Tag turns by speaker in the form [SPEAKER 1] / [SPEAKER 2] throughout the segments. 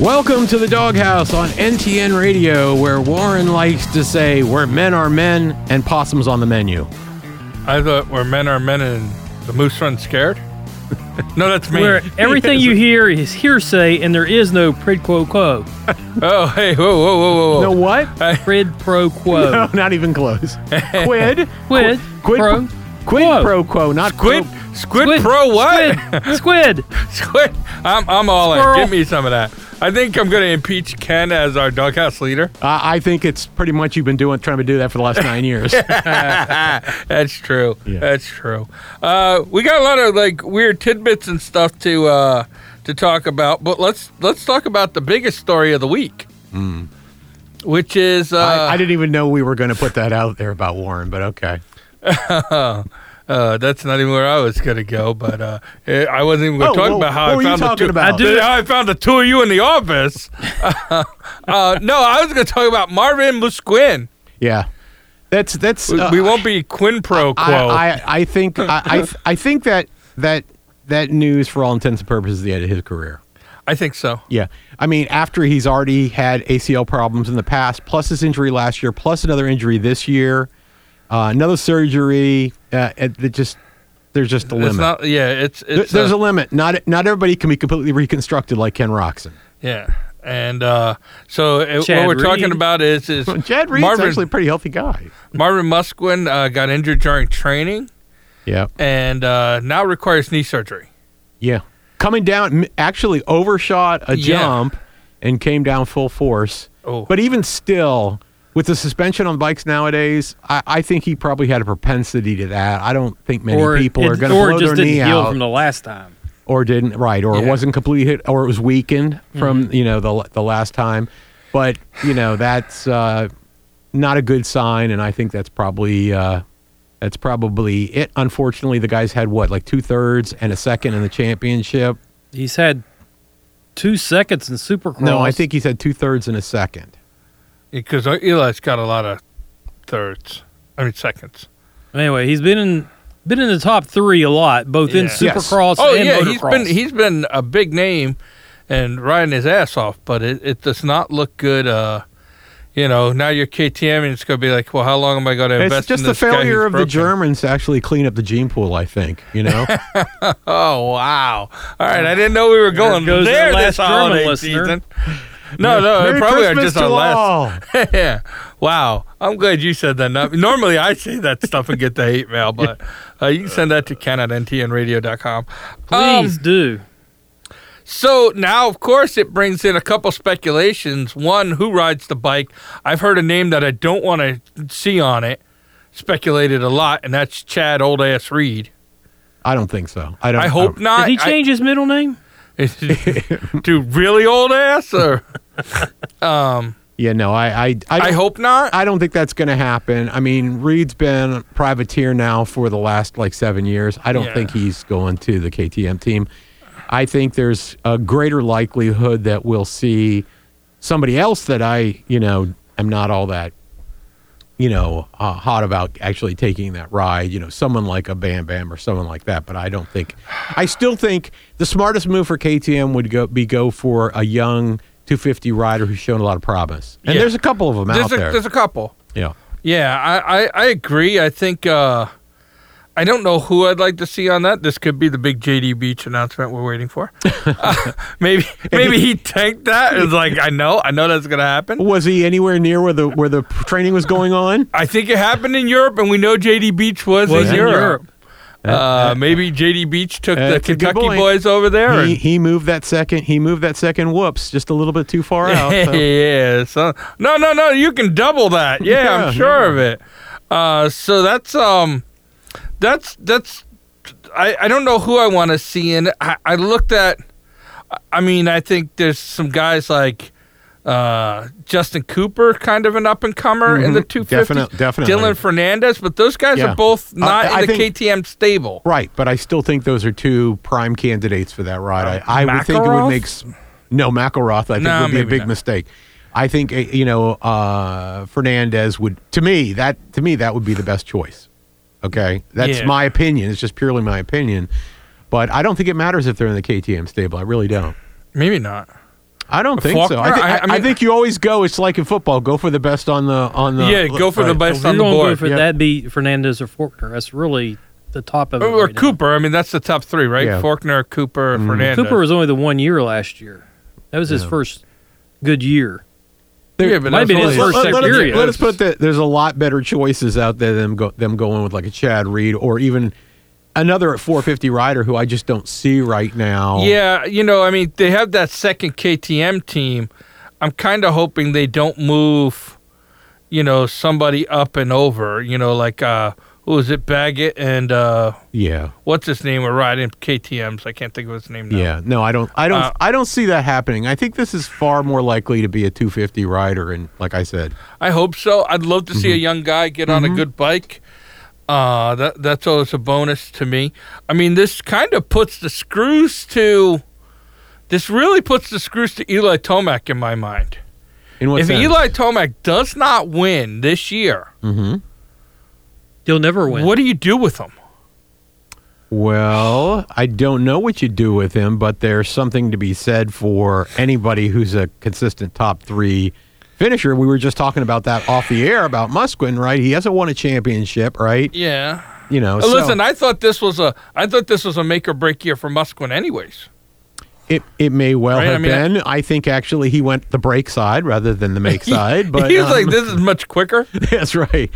[SPEAKER 1] Welcome to the Doghouse on NTN Radio, where Warren likes to say, where men are men and possums on the menu.
[SPEAKER 2] I thought where men are men and the moose run scared. No, that's me.
[SPEAKER 3] where everything you hear is hearsay and there is no prid quo quo.
[SPEAKER 2] Oh, hey, whoa, whoa, whoa, whoa.
[SPEAKER 1] No,
[SPEAKER 2] whoa.
[SPEAKER 1] what?
[SPEAKER 3] Prid pro quo.
[SPEAKER 1] No, not even close. Quid.
[SPEAKER 3] Quid.
[SPEAKER 1] Oh, Quid
[SPEAKER 3] pro.
[SPEAKER 1] Quid
[SPEAKER 3] quo.
[SPEAKER 1] pro quo, not
[SPEAKER 2] Squid,
[SPEAKER 1] Pro,
[SPEAKER 2] squid, pro what?
[SPEAKER 3] Squid. Squid.
[SPEAKER 2] Squid. I'm, I'm all in.
[SPEAKER 3] Squirrel.
[SPEAKER 2] Give me some of that. I think I'm going to impeach Ken as our doghouse leader.
[SPEAKER 1] uh, I think it's pretty much you've been doing trying to do that for the last nine years.
[SPEAKER 2] That's true.
[SPEAKER 1] Yeah.
[SPEAKER 2] That's true. Uh, we got a lot of like weird tidbits and stuff to uh, to talk about, but let's let's talk about the biggest story of the week, which is uh,
[SPEAKER 1] Hmm. I, I didn't even know we were going to put that out there about Warren, but okay.
[SPEAKER 2] Uh, that's not even where I was gonna go, but uh, eh, I wasn't even gonna
[SPEAKER 1] Oh,
[SPEAKER 2] talk
[SPEAKER 1] whoa,
[SPEAKER 2] about how
[SPEAKER 1] what
[SPEAKER 2] I
[SPEAKER 1] were you
[SPEAKER 2] found the
[SPEAKER 1] talking
[SPEAKER 2] two.
[SPEAKER 1] about?
[SPEAKER 2] I did, how I found the two of you in the office. uh, no, I was gonna talk about Marvin Musquin.
[SPEAKER 1] Yeah. That's, that's,
[SPEAKER 2] We,
[SPEAKER 1] uh,
[SPEAKER 2] we won't be quin pro quo.
[SPEAKER 1] I, I, I think, I, I, I think that, that, that news for all intents and purposes is the end of his career.
[SPEAKER 2] I think so.
[SPEAKER 1] Yeah. I mean, after he's already had ACL problems in the past, plus his injury last year, plus another injury this year, uh, another surgery, uh, it, it just there's just a
[SPEAKER 2] It's
[SPEAKER 1] limit.
[SPEAKER 2] not. Yeah, it's
[SPEAKER 1] There-
[SPEAKER 2] it's
[SPEAKER 1] there's
[SPEAKER 2] uh,
[SPEAKER 1] a limit. Not not everybody can be completely reconstructed like Ken Roxon.
[SPEAKER 2] yeah, and uh, so it, what
[SPEAKER 3] Chad
[SPEAKER 2] we're talking
[SPEAKER 3] Reed.
[SPEAKER 2] about is is
[SPEAKER 1] Chad Reed's
[SPEAKER 2] Marvin
[SPEAKER 1] actually a pretty healthy guy.
[SPEAKER 2] Marvin Musquin uh, got injured during training
[SPEAKER 1] Yeah.
[SPEAKER 2] and uh, now requires knee surgery.
[SPEAKER 1] Yeah. Coming down, m- actually overshot a
[SPEAKER 2] Yeah.
[SPEAKER 1] jump and came down full force.
[SPEAKER 2] Oh.
[SPEAKER 1] But even still, with the suspension on bikes nowadays, I, I think he probably had a propensity to that. I don't think many
[SPEAKER 3] or
[SPEAKER 1] people
[SPEAKER 3] it-
[SPEAKER 1] are going to
[SPEAKER 3] or
[SPEAKER 1] blow
[SPEAKER 3] it just
[SPEAKER 1] their knee
[SPEAKER 3] didn't heal
[SPEAKER 1] out
[SPEAKER 3] from the last time.
[SPEAKER 1] or didn't right or it
[SPEAKER 2] Yeah.
[SPEAKER 1] wasn't completely hit or it was weakened from
[SPEAKER 3] Mm-hmm.
[SPEAKER 1] you know the the last time. But you know that's uh, not a good sign, and I think that's probably. Uh, that's probably it. Unfortunately, the guys had what, like two thirds and a second in the championship.
[SPEAKER 3] He's had two seconds in Supercross.
[SPEAKER 1] No, I think he said two thirds in a second.
[SPEAKER 2] Because Eli's got a lot of thirds. I mean seconds.
[SPEAKER 3] Anyway, he's been in been in the top three a lot, both in
[SPEAKER 2] Yeah.
[SPEAKER 1] Yes.
[SPEAKER 3] Supercross
[SPEAKER 2] Oh
[SPEAKER 3] and
[SPEAKER 2] yeah, he's
[SPEAKER 3] motocross.
[SPEAKER 2] been he's been a big name and riding his ass off, but it, it does not look good. Uh, you know, now you're KTM, and it's going to be like, well, how long am I going to invest?
[SPEAKER 1] It's just
[SPEAKER 2] in
[SPEAKER 1] the
[SPEAKER 2] this guy
[SPEAKER 1] failure
[SPEAKER 2] who's
[SPEAKER 1] of the
[SPEAKER 2] broken? Uh,
[SPEAKER 1] Germans to actually clean up the gene pool. I think you know.
[SPEAKER 2] Oh wow! All right, I didn't know we were going
[SPEAKER 3] goes
[SPEAKER 2] there
[SPEAKER 3] our
[SPEAKER 2] this
[SPEAKER 3] last German
[SPEAKER 2] holiday
[SPEAKER 3] listener.
[SPEAKER 2] season. No, no, it
[SPEAKER 1] Merry
[SPEAKER 2] probably are
[SPEAKER 1] Christmas
[SPEAKER 2] just
[SPEAKER 1] to
[SPEAKER 2] our last.
[SPEAKER 1] all.
[SPEAKER 2] yeah. Wow. I'm glad you said that. Not- Normally, I say that stuff and get the hate mail, but uh, you can send that to Ken at ntnradio.com. Um,
[SPEAKER 3] Please do.
[SPEAKER 2] So now, of course, it brings in a couple speculations. One, who rides the bike? I've heard a name that I don't want to see on it, speculated a lot, and that's Chad Old Ass Reed.
[SPEAKER 1] I don't think so. I don't.
[SPEAKER 2] I hope
[SPEAKER 1] I,
[SPEAKER 2] not.
[SPEAKER 3] Did he change his middle name?
[SPEAKER 2] I, to really old ass, or
[SPEAKER 1] yeah, no. I. I. I,
[SPEAKER 2] I
[SPEAKER 1] don't-
[SPEAKER 2] hope not.
[SPEAKER 1] I don't think that's going to happen. I mean, Reed's been privateer now for the last like seven years. I don't
[SPEAKER 2] Yeah.
[SPEAKER 1] think he's going to the KTM team. I think there's a greater likelihood that we'll see somebody else that I, you know, am not all that, you know, uh, hot about actually taking that ride. You know, someone like a Bam Bam or someone like that. But I don't think, I still think the smartest move for KTM would go be go for a young 250 rider who's shown a lot of promise. And
[SPEAKER 2] Yeah.
[SPEAKER 1] there's a couple of them out
[SPEAKER 2] There's a,
[SPEAKER 1] there.
[SPEAKER 2] there's a couple.
[SPEAKER 1] yeah.
[SPEAKER 2] Yeah, I, I, I agree. I think uh, I don't know who I'd like to see on that. This could be the big JD Beach announcement we're waiting for. Uh, maybe maybe he tanked that. It's like I know, I know that's gonna happen.
[SPEAKER 1] Was he anywhere near where the where the training was going on?
[SPEAKER 2] I think it happened in Europe, and we know JD Beach was,
[SPEAKER 3] Was
[SPEAKER 2] in
[SPEAKER 3] in
[SPEAKER 2] Europe. Uh, maybe JD Beach took the
[SPEAKER 1] That's Uh, a good
[SPEAKER 2] Kentucky
[SPEAKER 1] point.
[SPEAKER 2] boys over there.
[SPEAKER 1] He,
[SPEAKER 2] and-
[SPEAKER 1] he moved that second. He moved that second. Whoops, just a little bit too far out. so-
[SPEAKER 2] yeah. So no, no, no. You can double that. Yeah,
[SPEAKER 1] Yeah,
[SPEAKER 2] I'm sure of it. Uh, so that's um, that's that's. I I don't know who I want to see in. it. I, I looked at. I- I mean, I think there's some guys like uh, Justin Cooper, kind of an up and comer in the
[SPEAKER 1] Mhm.
[SPEAKER 2] 250.
[SPEAKER 1] Defini- definitely.
[SPEAKER 2] Dylan Fernandez, but those guys
[SPEAKER 1] Yeah.
[SPEAKER 2] are both
[SPEAKER 1] I-
[SPEAKER 2] not
[SPEAKER 1] I
[SPEAKER 2] in the
[SPEAKER 1] think-
[SPEAKER 2] KTM stable.
[SPEAKER 1] Right, but I still think those are two prime candidates for that ride. I, I would think it would
[SPEAKER 2] Makarov?
[SPEAKER 1] make s- no McElroth. I think
[SPEAKER 2] No,
[SPEAKER 1] would be a
[SPEAKER 2] maybe
[SPEAKER 1] big
[SPEAKER 2] not.
[SPEAKER 1] mistake. I think uh, you know uh, Fernandez would to me that to me that would be the best choice. Okay, that's
[SPEAKER 2] Yeah.
[SPEAKER 1] my opinion. It's just purely my opinion, but I don't think it matters if they're in the KTM stable. I really don't.
[SPEAKER 2] Maybe not.
[SPEAKER 1] I don't think so. I,
[SPEAKER 2] Faulkner?
[SPEAKER 1] thi-
[SPEAKER 2] I-
[SPEAKER 1] I,
[SPEAKER 2] I mean-
[SPEAKER 1] I think you always go. It's like in football. Go for the best on the on the.
[SPEAKER 2] yeah, go for the
[SPEAKER 1] right.
[SPEAKER 2] best
[SPEAKER 3] If
[SPEAKER 2] on the
[SPEAKER 3] you're gonna
[SPEAKER 2] board.
[SPEAKER 3] Go for,
[SPEAKER 1] yeah.
[SPEAKER 3] That'd be Fernandez or Faulkner. That's really the top of it.
[SPEAKER 2] Or
[SPEAKER 3] right now.
[SPEAKER 2] Cooper. I mean, that's the top three, right?
[SPEAKER 1] Yeah. Mm-hmm.
[SPEAKER 2] Faulkner, Cooper, Fernandez.
[SPEAKER 3] Cooper was only the one year last year. That was his
[SPEAKER 1] Yeah.
[SPEAKER 3] first good year.
[SPEAKER 2] yeah, but
[SPEAKER 3] might
[SPEAKER 2] that's
[SPEAKER 3] be his
[SPEAKER 2] only-
[SPEAKER 3] first
[SPEAKER 1] let, let us-
[SPEAKER 3] Siberia.
[SPEAKER 1] let us put that there's a lot better choices out there than go, them going with like a Chad Reed or even another 450 rider who I just don't see right now.
[SPEAKER 2] Yeah, you know, I mean, they have that second KTM team. I'm kind of hoping they don't move, you know, somebody up and over. You know, like uh, who is it, Baggett and uh,
[SPEAKER 1] yeah,
[SPEAKER 2] what's his name? Are riding KTM's. I can't think of his name now.
[SPEAKER 1] yeah. No, I don't. I don't.
[SPEAKER 2] Uh,
[SPEAKER 1] I don't see that happening. I think this is far more likely to be a 250 rider, and like I said,
[SPEAKER 2] I hope so. I'd love to see a young guy get on a good bike. Uh, that that's always a bonus to me. I mean, this kind of puts the screws to. This really puts the screws to Eli Tomac in my mind.
[SPEAKER 1] in what
[SPEAKER 2] if
[SPEAKER 1] sense?
[SPEAKER 2] Eli Tomac does not win this year,
[SPEAKER 1] Mhm.
[SPEAKER 3] He'll never win.
[SPEAKER 2] what do you do with him?
[SPEAKER 1] Well, I don't know what you do with him, but there's something to be said for anybody who's a consistent top three finisher. We were just talking about that off the air about Musquin, right? He hasn't won a championship, right?
[SPEAKER 2] Yeah.
[SPEAKER 1] You know, so
[SPEAKER 2] Listen, I thought this was a I thought this was a make or break year for Musquin, anyways.
[SPEAKER 1] it it may well
[SPEAKER 2] Right, I
[SPEAKER 1] have
[SPEAKER 2] mean,
[SPEAKER 1] been. I think actually he went the break side rather than the make side, but
[SPEAKER 2] he was
[SPEAKER 1] um,
[SPEAKER 2] like, "This is much quicker."
[SPEAKER 1] That's right.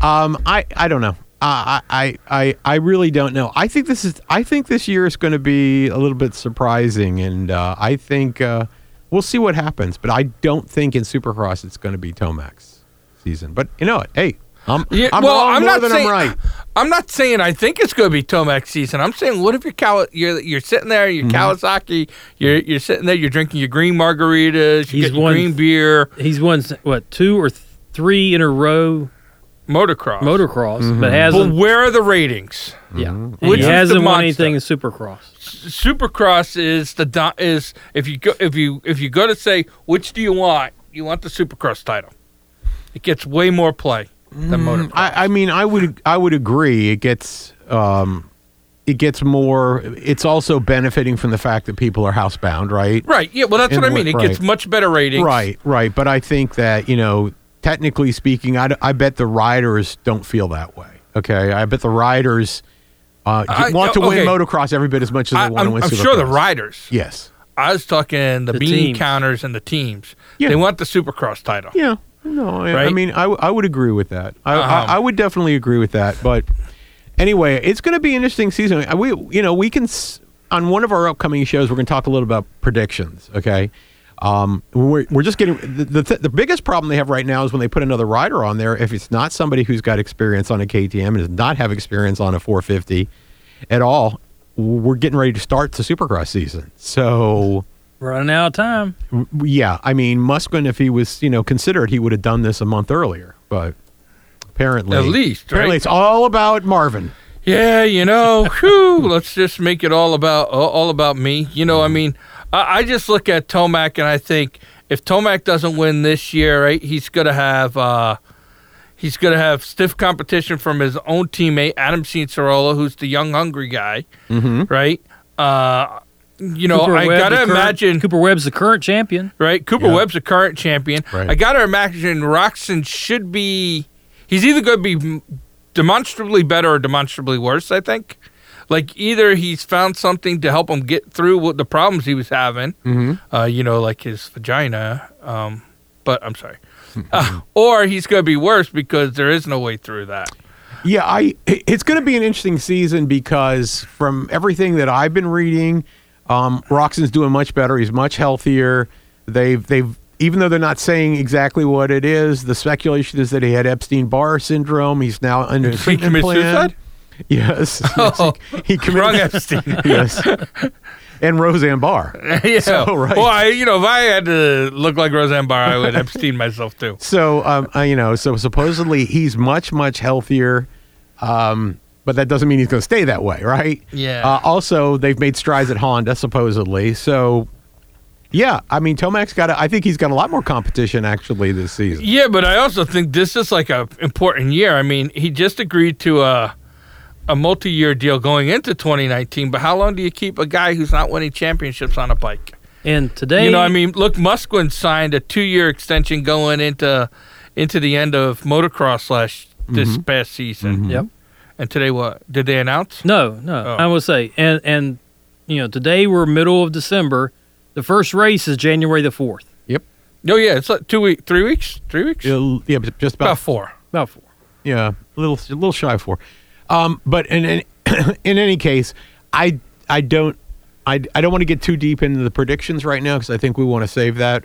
[SPEAKER 1] Um, I I don't know. Uh, I, I I I really don't know. I think this is. I think this year is going to be a little bit surprising, and uh, I think uh, we'll see what happens. But I don't think in Supercross it's going to be Tomac's season. But you know what? Hey, I'm
[SPEAKER 2] Yeah,
[SPEAKER 1] I'm
[SPEAKER 2] well,
[SPEAKER 1] wrong
[SPEAKER 2] I'm
[SPEAKER 1] more
[SPEAKER 2] not
[SPEAKER 1] than
[SPEAKER 2] saying-
[SPEAKER 1] I'm right.
[SPEAKER 2] I'm not saying I think it's going to be Tomac season. I'm saying what if you're Kawa- you're you're sitting there, you're Kawasaki, you're you're sitting there, you're drinking your green margaritas, you
[SPEAKER 3] He's
[SPEAKER 2] get your
[SPEAKER 3] won-
[SPEAKER 2] green beer,
[SPEAKER 3] He's won what two or th- three in a row
[SPEAKER 2] motocross.
[SPEAKER 3] motocross, but
[SPEAKER 2] but
[SPEAKER 3] hasn't.
[SPEAKER 2] where are the ratings?
[SPEAKER 3] yeah, And
[SPEAKER 2] Mm-hmm. Which
[SPEAKER 3] he
[SPEAKER 2] is the
[SPEAKER 3] hasn't won
[SPEAKER 2] monster?
[SPEAKER 3] anything in supercross.
[SPEAKER 2] Supercross is the do- is if you go if you if you go to say which do you want, you want the Supercross title. It gets way more play than
[SPEAKER 1] Mm.
[SPEAKER 2] motocross.
[SPEAKER 1] I, I mean, I would I would agree. It gets um, it gets more. It's also benefiting from the fact that people are housebound, right?
[SPEAKER 2] right? Yeah. Well, that's
[SPEAKER 1] In
[SPEAKER 2] what I
[SPEAKER 1] what-
[SPEAKER 2] mean. It gets
[SPEAKER 1] right.
[SPEAKER 2] much better ratings.
[SPEAKER 1] Right, right. But I think that, you know, technically speaking, I, I bet the riders don't feel that way. Okay. I bet the riders uh,
[SPEAKER 2] I- oh,
[SPEAKER 1] want to
[SPEAKER 2] okay.
[SPEAKER 1] win motocross every bit as much as
[SPEAKER 2] I,
[SPEAKER 1] they want to
[SPEAKER 2] am
[SPEAKER 1] win Supercross.
[SPEAKER 2] sure the riders.
[SPEAKER 1] Yes.
[SPEAKER 2] I was talking the,
[SPEAKER 3] The
[SPEAKER 2] bean
[SPEAKER 3] teams.
[SPEAKER 2] counters and the teams.
[SPEAKER 1] Yeah.
[SPEAKER 2] They want the Supercross title.
[SPEAKER 1] Yeah. No, I, I
[SPEAKER 2] Right?
[SPEAKER 1] mean, I, w- I would agree with that. I,
[SPEAKER 2] Uh-huh.
[SPEAKER 1] I, I would definitely agree with that. But anyway, it's going to be an interesting season. Uh, We, you know, we can, s- on one of our upcoming shows, we're going to talk a little about predictions, okay? Um, we're, we're just getting the, the, th- the biggest problem they have right now is when they put another rider on there. If it's not somebody who's got experience on a KTM and does not have experience on a 450 at all, we're getting ready to start the supercross season. So,
[SPEAKER 3] Running out of time.
[SPEAKER 1] yeah, I mean Musquin, if he was you know considered, he would have done this a month earlier. But apparently,
[SPEAKER 2] At least,
[SPEAKER 1] apparently
[SPEAKER 2] right?
[SPEAKER 1] it's all about Marvin.
[SPEAKER 2] Yeah, you know, whew, let's just make it all about all- all about me. You know, I mean, I, I just look at Tomac and I think if Tomac doesn't win this year, right, he's gonna have uh, he's gonna have stiff competition from his own teammate Adam Cianciarola, who's the young hungry guy,
[SPEAKER 1] Mm-hmm.
[SPEAKER 2] right? Uh, you know, I
[SPEAKER 3] Webb, the
[SPEAKER 2] gotta
[SPEAKER 3] current-
[SPEAKER 2] imagine
[SPEAKER 3] Cooper Webb's the current champion.
[SPEAKER 2] right? Cooper
[SPEAKER 1] Yeah.
[SPEAKER 2] Webb's a current champion.
[SPEAKER 1] Right.
[SPEAKER 2] I got to imagine Roxon should be. He's either going to be demonstrably better or demonstrably worse. I think. Like either he's found something to help him get through what the problems he was having,
[SPEAKER 1] Mm-hmm.
[SPEAKER 2] uh, you know, like his vagina. Um, but I'm sorry. Uh, or he's going to be worse because there is no way through that.
[SPEAKER 1] Yeah, I it- it's going to be an interesting season because from everything that I've been reading, um, Roxon's doing much better. He's much healthier. They've they've even though they're not saying exactly what it is, the speculation is that he had Epstein Barr syndrome. He's now under a
[SPEAKER 2] He
[SPEAKER 1] treatment
[SPEAKER 2] commits
[SPEAKER 1] plan.
[SPEAKER 2] suicide.
[SPEAKER 1] Yes, yes,
[SPEAKER 2] Oh,
[SPEAKER 1] he, he committed
[SPEAKER 2] wrong Epstein.
[SPEAKER 1] yes, and Roseanne Barr.
[SPEAKER 2] yeah.
[SPEAKER 1] So, right.
[SPEAKER 2] Well, I, you know, if I had to look like Roseanne Barr, I would Epstein myself too.
[SPEAKER 1] So um, uh, you know, so supposedly he's much much healthier, um, but that doesn't mean he's going to stay that way, right?
[SPEAKER 2] Yeah.
[SPEAKER 1] Uh, also, they've made strides at Honda supposedly. So yeah, I mean, Tomac's got. A, I think he's got a lot more competition actually this season.
[SPEAKER 2] Yeah, but I also think this is like a important year. I mean, he just agreed to a a multi-year deal going into 2019, but how long do you keep a guy who's not winning championships on a bike?
[SPEAKER 3] And today,
[SPEAKER 2] you know, I mean, look, Musquin signed a two-year extension going into into the end of motocross last this
[SPEAKER 1] Mm-hmm.
[SPEAKER 2] past season.
[SPEAKER 3] Yep.
[SPEAKER 2] And today, what did they announce?
[SPEAKER 3] No, no.
[SPEAKER 2] Mm-hmm. Oh.
[SPEAKER 3] I would say, and and you know, today we're middle of December. The first race is January the fourth.
[SPEAKER 2] Oh yeah, it's like two week, three weeks, three weeks,
[SPEAKER 1] Yeah, yeah, but just about
[SPEAKER 2] about four.
[SPEAKER 3] About four.
[SPEAKER 1] Yeah, a little a little shy of four. Um, but in in, in any case, I I don't I, I don't want to get too deep into the predictions right now because I think we want to save that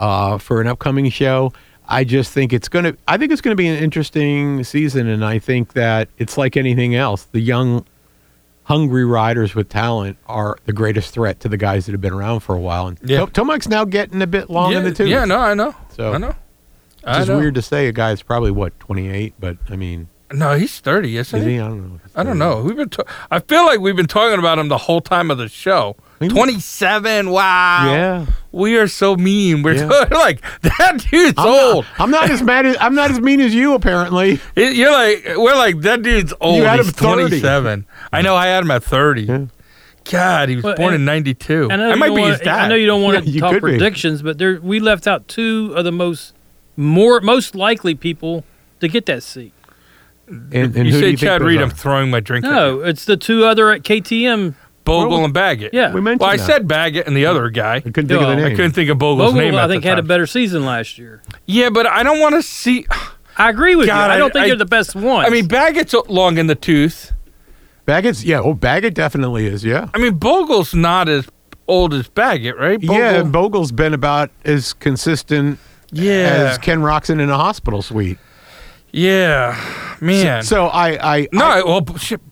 [SPEAKER 1] uh, for an upcoming show. I just think it's gonna I think it's gonna be an interesting season, and I think that it's like anything else. The young hungry riders with talent are the greatest threat to the guys that have been around for a while. And
[SPEAKER 2] Yeah.
[SPEAKER 1] yeah. Tomac's now getting a bit long
[SPEAKER 2] yeah,
[SPEAKER 1] in the tooth.
[SPEAKER 2] yeah, no, I know,
[SPEAKER 1] So-
[SPEAKER 2] I know,
[SPEAKER 1] Which
[SPEAKER 2] I
[SPEAKER 1] is
[SPEAKER 2] know.
[SPEAKER 1] weird to say. A guy's probably what twenty eight, but I mean,
[SPEAKER 2] No, he's thirty, isn't
[SPEAKER 1] is
[SPEAKER 2] he?
[SPEAKER 1] he? I don't know. if it's
[SPEAKER 2] I
[SPEAKER 1] 30.
[SPEAKER 2] don't know. We've been. Ta- I feel like we've been talking about him the whole time of the show.
[SPEAKER 1] Maybe-
[SPEAKER 2] Twenty-seven. Wow.
[SPEAKER 1] Yeah,
[SPEAKER 2] We are so mean. We're
[SPEAKER 1] Yeah.
[SPEAKER 2] like that dude's old.
[SPEAKER 1] I'm not as mad. As, I'm not as mean as you. Apparently,
[SPEAKER 2] It- you're like we're like that dude's old.
[SPEAKER 1] had
[SPEAKER 2] he's
[SPEAKER 1] him 30.
[SPEAKER 2] 27. I know. I had him at 30. God, he was
[SPEAKER 3] Well,
[SPEAKER 2] born
[SPEAKER 3] and-
[SPEAKER 2] in 92.
[SPEAKER 3] I know
[SPEAKER 2] That
[SPEAKER 3] you
[SPEAKER 2] might
[SPEAKER 3] don't
[SPEAKER 2] be
[SPEAKER 3] wanna-
[SPEAKER 2] his dad.
[SPEAKER 3] I know you don't want
[SPEAKER 1] Yeah,
[SPEAKER 3] to
[SPEAKER 1] you
[SPEAKER 3] talk
[SPEAKER 1] could be.
[SPEAKER 3] predictions, but there we left out two of the most more most likely people to get that seat.
[SPEAKER 1] and, and
[SPEAKER 2] You
[SPEAKER 1] who do
[SPEAKER 2] say
[SPEAKER 1] you think
[SPEAKER 2] Chad
[SPEAKER 1] those
[SPEAKER 2] Reed.
[SPEAKER 1] are?
[SPEAKER 2] I'm throwing my drink. at
[SPEAKER 3] No, it's the two other at KTM.
[SPEAKER 2] Bogle and Baggett.
[SPEAKER 3] Yeah,
[SPEAKER 1] We mentioned
[SPEAKER 2] Well, I
[SPEAKER 1] that.
[SPEAKER 2] said Baggett and the other guy.
[SPEAKER 1] I couldn't think of
[SPEAKER 3] Yeah,
[SPEAKER 1] the
[SPEAKER 3] I
[SPEAKER 1] name.
[SPEAKER 2] I couldn't think of Bogle's name.
[SPEAKER 3] Bogle,
[SPEAKER 2] at
[SPEAKER 3] I
[SPEAKER 2] the
[SPEAKER 3] think had a
[SPEAKER 2] time.
[SPEAKER 3] better season last year.
[SPEAKER 2] Yeah, but I don't want to see.
[SPEAKER 3] I agree with
[SPEAKER 2] God,
[SPEAKER 3] you. I don't
[SPEAKER 2] I-
[SPEAKER 3] think
[SPEAKER 2] I-
[SPEAKER 3] they're the best ones.
[SPEAKER 2] I mean, Baggett's long in the tooth.
[SPEAKER 1] Baggett's yeah. Oh, Baggett definitely is. Yeah,
[SPEAKER 2] I mean, Bogle's not as old as Baggett, right? Bogle,
[SPEAKER 1] yeah. and Bogle's been about as consistent
[SPEAKER 2] yeah,
[SPEAKER 1] as Ken Roxon in a hospital suite.
[SPEAKER 2] yeah, man.
[SPEAKER 1] So I, I,
[SPEAKER 2] no,
[SPEAKER 1] I-
[SPEAKER 2] well, b- shit,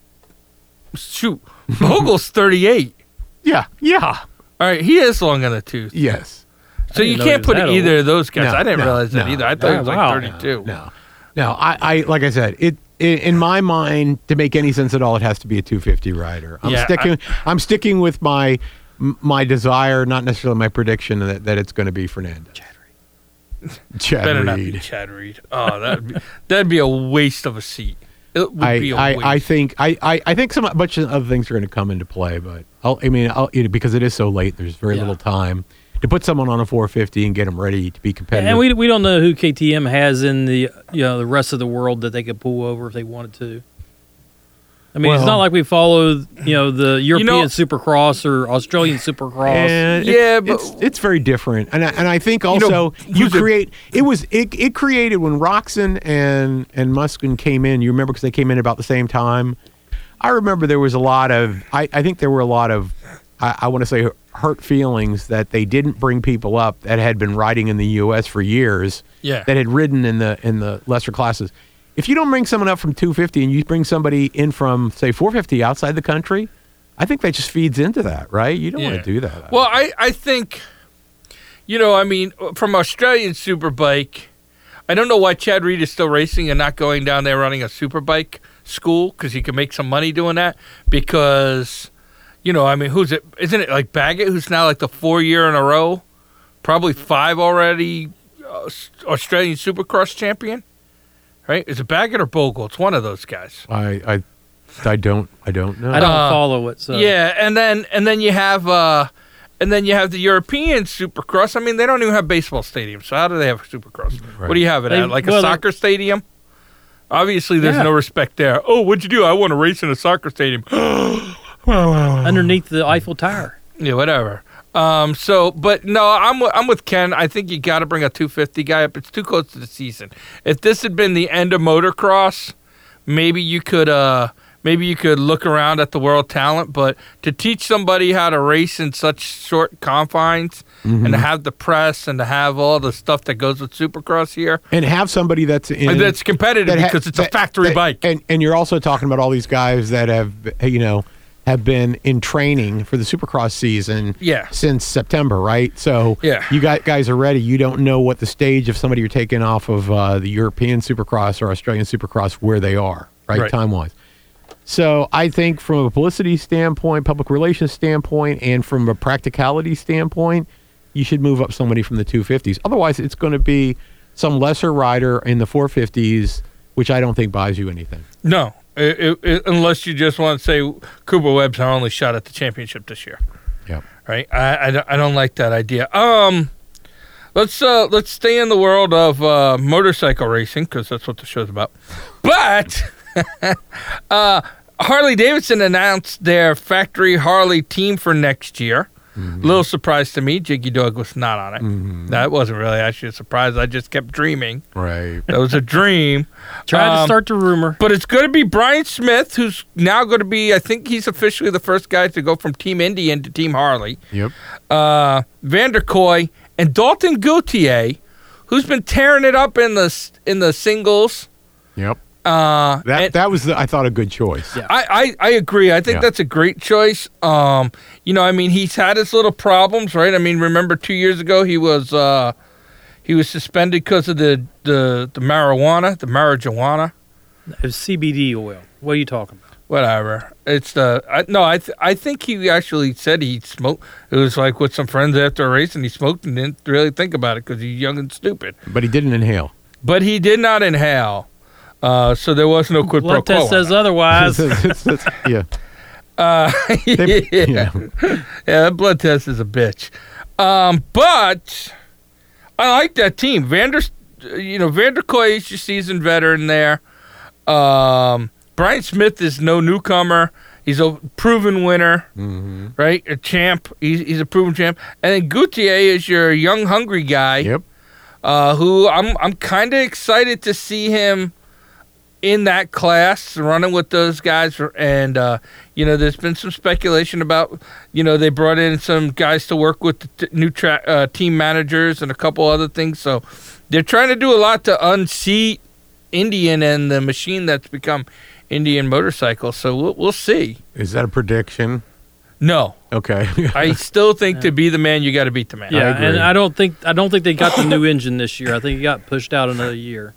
[SPEAKER 2] shoot, Bogle's thirty-eight.
[SPEAKER 1] yeah, yeah,
[SPEAKER 2] All right, he is long in the tooth,
[SPEAKER 1] yes.
[SPEAKER 2] so
[SPEAKER 3] didn't
[SPEAKER 2] you
[SPEAKER 3] know
[SPEAKER 2] can't
[SPEAKER 3] he was
[SPEAKER 2] put
[SPEAKER 3] that
[SPEAKER 2] either
[SPEAKER 3] old.
[SPEAKER 2] of those guys.
[SPEAKER 1] No,
[SPEAKER 2] I didn't
[SPEAKER 1] no,
[SPEAKER 2] realize that
[SPEAKER 1] no,
[SPEAKER 2] either. I thought he
[SPEAKER 3] no,
[SPEAKER 2] was like
[SPEAKER 3] wow.
[SPEAKER 2] thirty-two.
[SPEAKER 1] Uh, No, no. I, I, like I said, it. i- In my mind, to make any sense at all, it has to be a 250 rider. I'm
[SPEAKER 2] Yeah, I-
[SPEAKER 1] sticking. I, am sticking with my m- my desire, not necessarily my prediction that, that it's going to be Fernandez. Chad Reed. Chad
[SPEAKER 2] Better
[SPEAKER 1] Reed.
[SPEAKER 2] not be Chad Reed. Oh, that'd be that'd be a waste of a seat. It would
[SPEAKER 1] I,
[SPEAKER 2] be a waste.
[SPEAKER 1] I, I think I, I, I think some a bunch of other things are going to come into play, but I'll, I mean, I'll, you know, because it is so late, there's very
[SPEAKER 3] Yeah.
[SPEAKER 1] little time to put someone on a 450 and get them ready to be competitive.
[SPEAKER 3] and we, we don't know who KTM has in the you know the rest of the world that they could pull over if they wanted to. I mean, it's
[SPEAKER 1] Well-
[SPEAKER 3] not like we follow you know the European
[SPEAKER 2] know-
[SPEAKER 3] Supercross or Australian Supercross.
[SPEAKER 1] And
[SPEAKER 2] Yeah,
[SPEAKER 1] it's-
[SPEAKER 2] but-
[SPEAKER 1] it's, it's very different, and I, and I think
[SPEAKER 2] know,
[SPEAKER 1] also you,
[SPEAKER 2] who's a-
[SPEAKER 1] create it was it, it created when Roxon and and Muskin came in. You remember because they came in about the same time. I remember there was a lot of I, I think there were a lot of I, I want to say hurt feelings that they didn't bring people up that had been riding in the U.S. for years
[SPEAKER 2] yeah.
[SPEAKER 1] that had ridden in the in the lesser classes. If you don't bring someone up from 250 and you bring somebody in from say 450 outside the country, I think that just feeds into that, right? You don't
[SPEAKER 2] Yeah.
[SPEAKER 1] want to do that.
[SPEAKER 2] Well, I, I think, you know, I mean, from Australian Superbike, I don't know why Chad Reed is still racing and not going down there running a Superbike school because he can make some money doing that. Because, you know, I mean, who's it? Isn't it like Baggett, who's now like the four year in a row, probably five already uh, Australian Supercross champion? Right? Is it Baggett or Bogle? It's one of those guys.
[SPEAKER 1] I, I, I don't, I don't know.
[SPEAKER 3] I don't
[SPEAKER 2] Uh,
[SPEAKER 3] follow it. So
[SPEAKER 2] Yeah, and then and then you have uh and then you have the European Supercross. I mean, they don't even have baseball stadiums. So how do they have a Supercross? What do you have it
[SPEAKER 3] They-
[SPEAKER 2] at? Like
[SPEAKER 3] well,
[SPEAKER 2] a
[SPEAKER 3] they-
[SPEAKER 2] soccer stadium? Obviously, there's
[SPEAKER 3] Yeah.
[SPEAKER 2] no respect there. Oh, what'd you do? I want to race in a soccer stadium. Uh-huh.
[SPEAKER 3] underneath the Eiffel Tower.
[SPEAKER 2] yeah, whatever. Um, so, but no, I'm wi- I'm with Ken. I think you got to bring a 250 guy up. It's too close to the season. If this had been the end of motocross, maybe you could uh maybe you could look around at the world talent. But to teach somebody how to race in such short confines
[SPEAKER 1] Mm-hmm.
[SPEAKER 2] and to have the press and to have all the stuff that goes with supercross here,
[SPEAKER 1] and have somebody that's in
[SPEAKER 2] and Uh, that's competitive
[SPEAKER 1] that ha-
[SPEAKER 2] because it's a
[SPEAKER 1] that-
[SPEAKER 2] factory
[SPEAKER 1] that-
[SPEAKER 2] bike.
[SPEAKER 1] and and you're also talking about all these guys that have, you know, have been in training for the Supercross season,
[SPEAKER 2] Yeah.
[SPEAKER 1] since September, right? So,
[SPEAKER 2] Yeah.
[SPEAKER 1] you got guys are ready. You don't know what the stage of somebody you're taking off of uh, the European Supercross or Australian Supercross where they are, right?
[SPEAKER 2] Right.
[SPEAKER 1] Time wise. So I think from a publicity standpoint, public relations standpoint, and from a practicality standpoint, you should move up somebody from the 250s. Otherwise, it's going to be some lesser rider in the 450s, which I don't think buys you anything.
[SPEAKER 2] No, it, it, it- unless you just want to say Cooper Webb's our only shot at the championship this year.
[SPEAKER 1] Yeah.
[SPEAKER 2] right? I, I, don't- I don't like that idea. Um, let's uh, let's stay in the world of uh, motorcycle racing because that's what the show's about. But uh, Harley Davidson announced their factory Harley team for next year.
[SPEAKER 3] Mm-hmm.
[SPEAKER 2] Little surprise to me, Jiggy Dog was not on it. That wasn't really actually a surprise. I just kept dreaming.
[SPEAKER 1] Right.
[SPEAKER 2] That was a dream.
[SPEAKER 3] Try to
[SPEAKER 2] Um,
[SPEAKER 3] start the rumor.
[SPEAKER 2] But it's going to be Brian Smith, who's now going to be, I think he's officially the first guy to go from Team Indian to Team Harley.
[SPEAKER 1] Yep.
[SPEAKER 2] Uh, Vanderkoy and Dalton Gautier, who's been tearing it up in the s- in the singles.
[SPEAKER 1] Yep.
[SPEAKER 2] Uh,
[SPEAKER 1] That
[SPEAKER 2] and
[SPEAKER 1] that was the, I thought a good choice.
[SPEAKER 3] Yeah.
[SPEAKER 2] I, I I agree. I think
[SPEAKER 1] Yeah.
[SPEAKER 2] that's a great choice. Um, you know, I mean, he's had his little problems, right? I mean, remember two years ago he was uh, he was suspended because of the, the the marijuana, the marijuana.
[SPEAKER 3] It's CBD oil. What are you talking about?
[SPEAKER 2] whatever. It's the I, no. I th- I think he actually said he smoked. It was like with some friends after a race, and he smoked and didn't really think about it because he's young and stupid.
[SPEAKER 1] But he didn't inhale.
[SPEAKER 2] But he did not inhale, uh, so there was no quid pro
[SPEAKER 3] Blood
[SPEAKER 2] quo.
[SPEAKER 3] test says otherwise.
[SPEAKER 1] It's- it's- it's- yeah.
[SPEAKER 2] yeah.
[SPEAKER 1] They-
[SPEAKER 2] yeah,
[SPEAKER 1] yeah.
[SPEAKER 2] that blood test is a bitch. Um, but I like that team. Vander, you know, Vanderkoy is your seasoned veteran there. Um, Brian Smith is no newcomer. He's a proven winner.
[SPEAKER 1] hmm
[SPEAKER 2] right? A champ. He's, he's a proven champ. And then Gutier is your young, hungry guy
[SPEAKER 1] Yep.
[SPEAKER 2] uh, who I'm I'm kind of excited to see him in that class running with those guys. And uh, you know, there's been some speculation about you know they brought in some guys to work with the t- new tra- uh, team managers and a couple other things. So they're trying to do a lot to unseat Indian and the machine that's become Indian motorcycle. So we'll, we'll see.
[SPEAKER 1] Is that a prediction?
[SPEAKER 2] No,
[SPEAKER 1] Okay.
[SPEAKER 2] I still think to be the man, you got to beat the man.
[SPEAKER 3] yeah,
[SPEAKER 1] agree.
[SPEAKER 3] and I don't think I don't think they got the new engine this year. I think it got pushed out another year.